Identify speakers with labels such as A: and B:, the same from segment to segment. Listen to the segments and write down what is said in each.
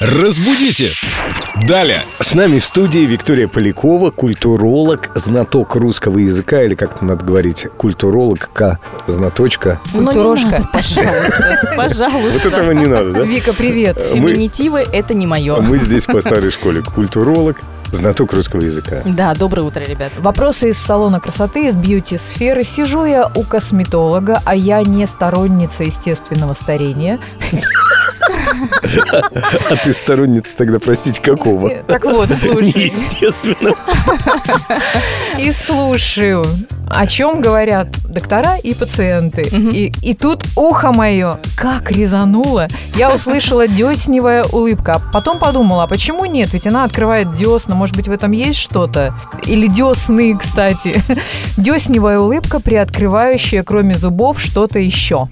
A: Разбудите! Далее!
B: С нами в студии Виктория Полякова, культуролог, знаток русского языка, или как-то надо говорить, культуролог, к, знаточка.
C: Культурожка.
D: Ну, Пожалуйста,
B: Вот
D: пожалуйста.
B: этого не надо, да?
C: Вика, привет.
B: Мы-
D: Феминитивы – это не мое.
B: Мы здесь по старой школе. Культуролог, знаток русского языка.
D: Да, доброе утро, ребят.
C: Вопросы из салона красоты, из бьюти-сферы. Сижу я у косметолога, а я не сторонница естественного старения.
B: А ты сторонница тогда, простите, какого?
C: Так вот, слушай.
B: Естественно.
C: И слушаю, о чем говорят доктора и пациенты.
D: Мгм.
C: И, и тут ухо мое как резануло. Я услышала десневая улыбка. А Потом подумала, а почему нет? Ведь она открывает десна. Может быть, в этом есть что-то? Или десны, кстати. Десневая улыбка, приоткрывающая, кроме зубов, что-то еще.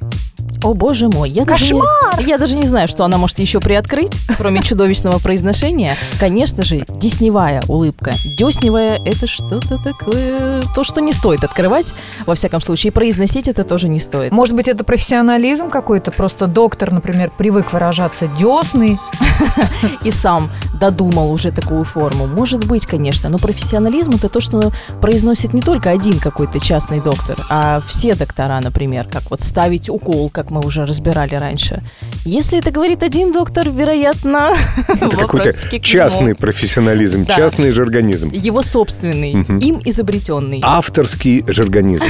D: О, боже мой, я даже, не, я даже не знаю, что она может еще приоткрыть, кроме чудовищного произношения. Конечно же, десневая улыбка. Десневая – это что-то такое, то, что не стоит открывать, во всяком случае, и произносить это тоже не стоит.
C: Э, Может быть, это профессионализм какой-то? Просто доктор, например, привык выражаться десны.
D: И сам додумал уже такую форму. Может быть, конечно, но профессионализм – это то, что произносит не только один какой-то частный доктор, а все доктора, например, как вот ставить укол, как мы уже разбирали раньше. Если это говорит один доктор, вероятно,
B: Это какой-то
D: ну, вопросики к
B: частный
D: нему.
B: профессионализм,
D: Да.
B: частный жаргонизм.
D: Его собственный,
B: Мгм.
D: им изобретенный.
B: Авторский жаргонизм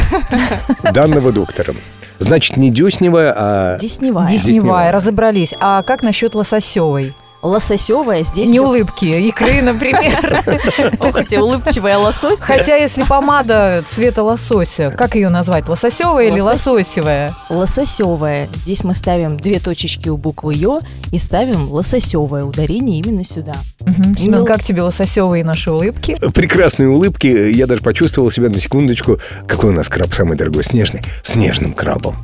B: данного доктора. Значит, не десневая, а...
D: Десневая.
B: Дес-
C: Десневая, разобрались. А как насчет лососевой?
D: Лососевая здесь.
C: Не
D: вот,
C: улыбки, а икры, например.
D: ох, эти улыбчивая лосось.
C: Хотя, если помада цвета лосося, как ее назвать? Лососевая или
D: Лосось.
C: лососевая?
D: Лососевая. Здесь мы ставим две точечки у буквы Ё и ставим лососевое ударение именно сюда.
C: Мгм. Семен,
D: Ну.
C: как тебе лососевые наши улыбки?
B: Прекрасные улыбки. Я даже почувствовал себя на секундочку. Какой у нас краб самый дорогой? Снежный. Снежным крабом.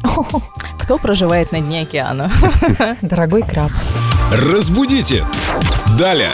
D: Кто проживает на дне океана?
C: Дорогой краб.
A: Разбудите! Далее!